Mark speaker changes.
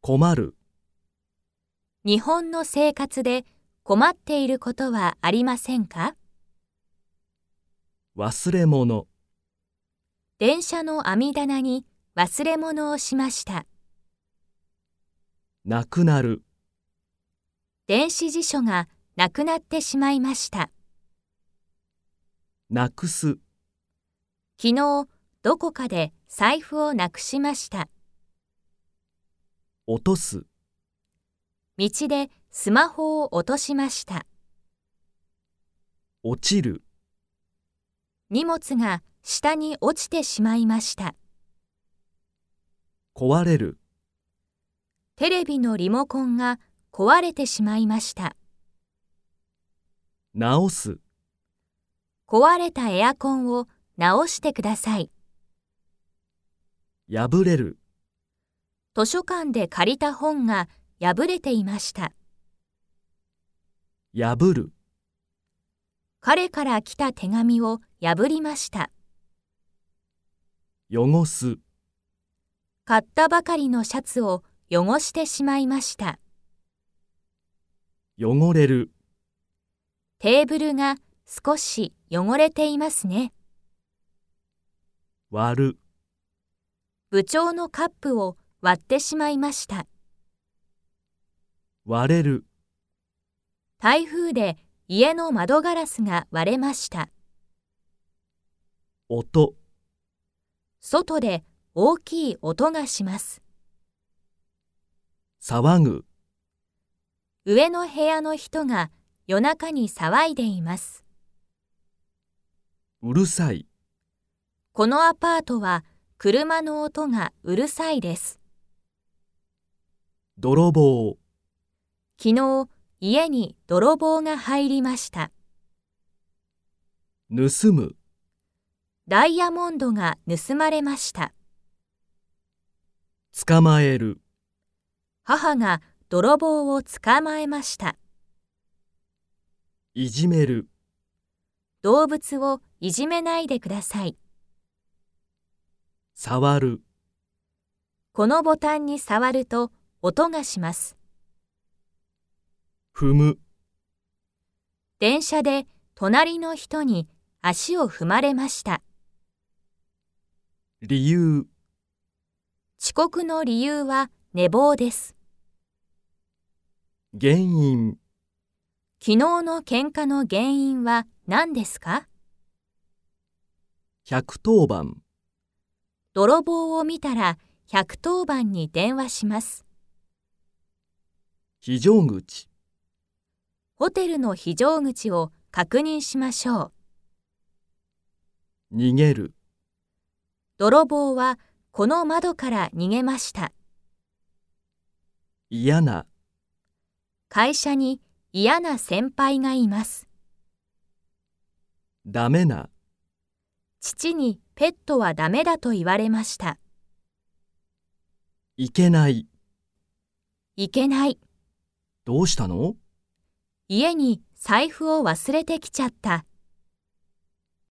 Speaker 1: 困る、
Speaker 2: 日本の生活で困っていることはありませんか
Speaker 1: 忘れ物、
Speaker 2: 電車の網棚に忘れ物をしました。
Speaker 1: なくなる、
Speaker 2: 電子辞書がなくなってしまいました。
Speaker 1: なくす、
Speaker 2: 昨日、どこかで財布をなくしました。
Speaker 1: 落とす、
Speaker 2: 道でスマホを落としました。
Speaker 1: 落ちる、
Speaker 2: 荷物が下に落ちてしまいました。
Speaker 1: 壊れる、
Speaker 2: テレビのリモコンが壊れてしまいました。
Speaker 1: 直す、
Speaker 2: 壊れたエアコンを直してください。
Speaker 1: 破れる、
Speaker 2: 図書館で借りた本が破れていました。
Speaker 1: 破る、
Speaker 2: 彼から来た手紙を破りました。
Speaker 1: 汚す、
Speaker 2: 買ったばかりのシャツを汚してしまいました。
Speaker 1: 汚れる、
Speaker 2: テーブルが少し汚れていますね。
Speaker 1: 割る、
Speaker 2: 部長のカップを割ってしまいました。
Speaker 1: 割れる、
Speaker 2: 台風で家の窓ガラスが割れました。
Speaker 1: 音、
Speaker 2: 外で大きい音がします。
Speaker 1: 騒ぐ、
Speaker 2: 上の部屋の人が夜中に騒いでいます。
Speaker 1: うるさい、
Speaker 2: このアパートは車の音がうるさいです。
Speaker 1: 泥棒、
Speaker 2: 昨日、家に泥棒が入りました。
Speaker 1: 盗む、
Speaker 2: ダイヤモンドが盗まれました。
Speaker 1: 捕まえる、
Speaker 2: 母が泥棒を捕まえました。
Speaker 1: いじめる、
Speaker 2: 動物をいじめないでください。
Speaker 1: 触る、
Speaker 2: このボタンに触ると音がします。
Speaker 1: 踏む、
Speaker 2: 電車で隣の人に足を踏まれました。
Speaker 1: 理由、
Speaker 2: 遅刻の理由は寝坊です。
Speaker 1: 原因、
Speaker 2: 昨日の喧嘩の原因は何ですか
Speaker 1: 110番、
Speaker 2: 泥棒を見たら110番に電話します。
Speaker 1: 非常口、
Speaker 2: ホテルの非常口を確認しましょう。
Speaker 1: 逃げる、
Speaker 2: 泥棒はこの窓から逃げました。
Speaker 1: 嫌な、
Speaker 2: 会社に嫌な先輩がいます。
Speaker 1: ダメな、
Speaker 2: 父にペットはダメだと言われました。
Speaker 1: いけない、
Speaker 2: いけない。
Speaker 1: どうしたの
Speaker 2: 家に財布を忘れてきちゃった。